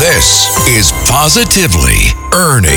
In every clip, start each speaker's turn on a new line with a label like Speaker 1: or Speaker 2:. Speaker 1: This is Positively Ernie.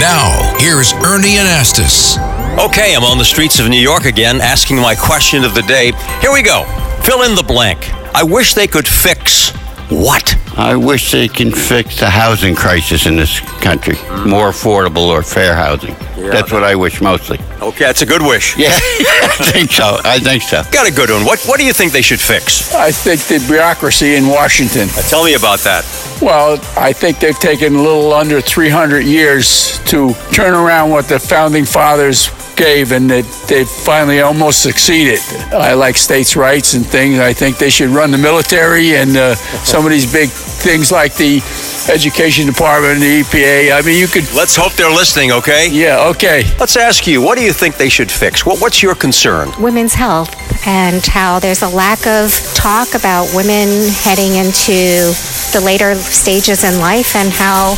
Speaker 1: Now, here's Ernie Anastas.
Speaker 2: Okay, I'm on the streets of New York again asking my question of the day. Here we go. Fill in the blank. I wish they could fix what?
Speaker 3: I wish they can fix the housing crisis in this country. More affordable or fair housing. That's what I wish mostly.
Speaker 2: Okay, that's a good wish.
Speaker 3: Yeah, I think so. I think so.
Speaker 2: Got a good one. What what do you think they should fix? Uh,
Speaker 4: I think the bureaucracy in Washington.
Speaker 2: Tell me about that.
Speaker 4: Well, I think they've taken a little under 300 years to turn around what the founding fathers gave, and that they've finally almost succeeded. I like states' rights and things. I think they should run the military and uh, some of these big things like the Education Department and the EPA. I mean, you could.
Speaker 2: Let's hope they're listening, okay?
Speaker 4: Yeah, okay.
Speaker 2: Let's ask you, what do you think they should fix? What, what's your concern?
Speaker 5: women's health and how there's a lack of talk about women heading into the later stages in life and how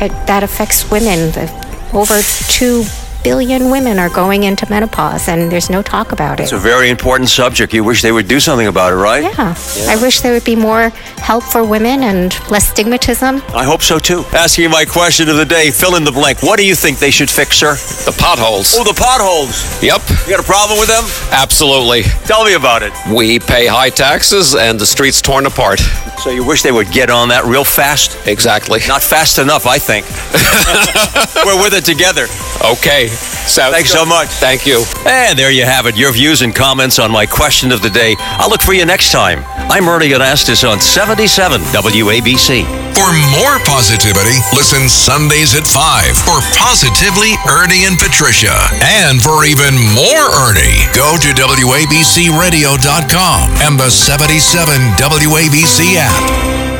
Speaker 5: it, that affects women. The- Over 2 billion women are going into menopause and there's no talk about it.
Speaker 2: It's a very important subject. You wish they would do something about it, right?
Speaker 5: yeah. I wish there would be more help for women and less stigmatism.
Speaker 2: I hope so too. Asking you my question of the day, fill in the blank. What do you think they should fix, sir?
Speaker 6: The potholes.
Speaker 2: Oh, the potholes.
Speaker 6: Yep,
Speaker 2: You got a problem with them?
Speaker 6: absolutely.
Speaker 2: Tell me about it.
Speaker 6: We pay high taxes and the streets torn apart.
Speaker 2: So you wish they would get on that real fast?
Speaker 6: Exactly.
Speaker 2: Not fast enough, I think. We're with it together.
Speaker 6: Okay. Sounds
Speaker 2: Thanks
Speaker 6: good.
Speaker 2: so much.
Speaker 6: Thank you.
Speaker 2: And there you have it, your views and comments on my question of the day. I'll look for you next time. I'm Ernie Anastas on 77 WABC.
Speaker 1: For more positivity, listen Sundays at 5 for Positively Ernie and Patricia. And for even more Ernie, go to WABCRadio.com and the 77 WABC app.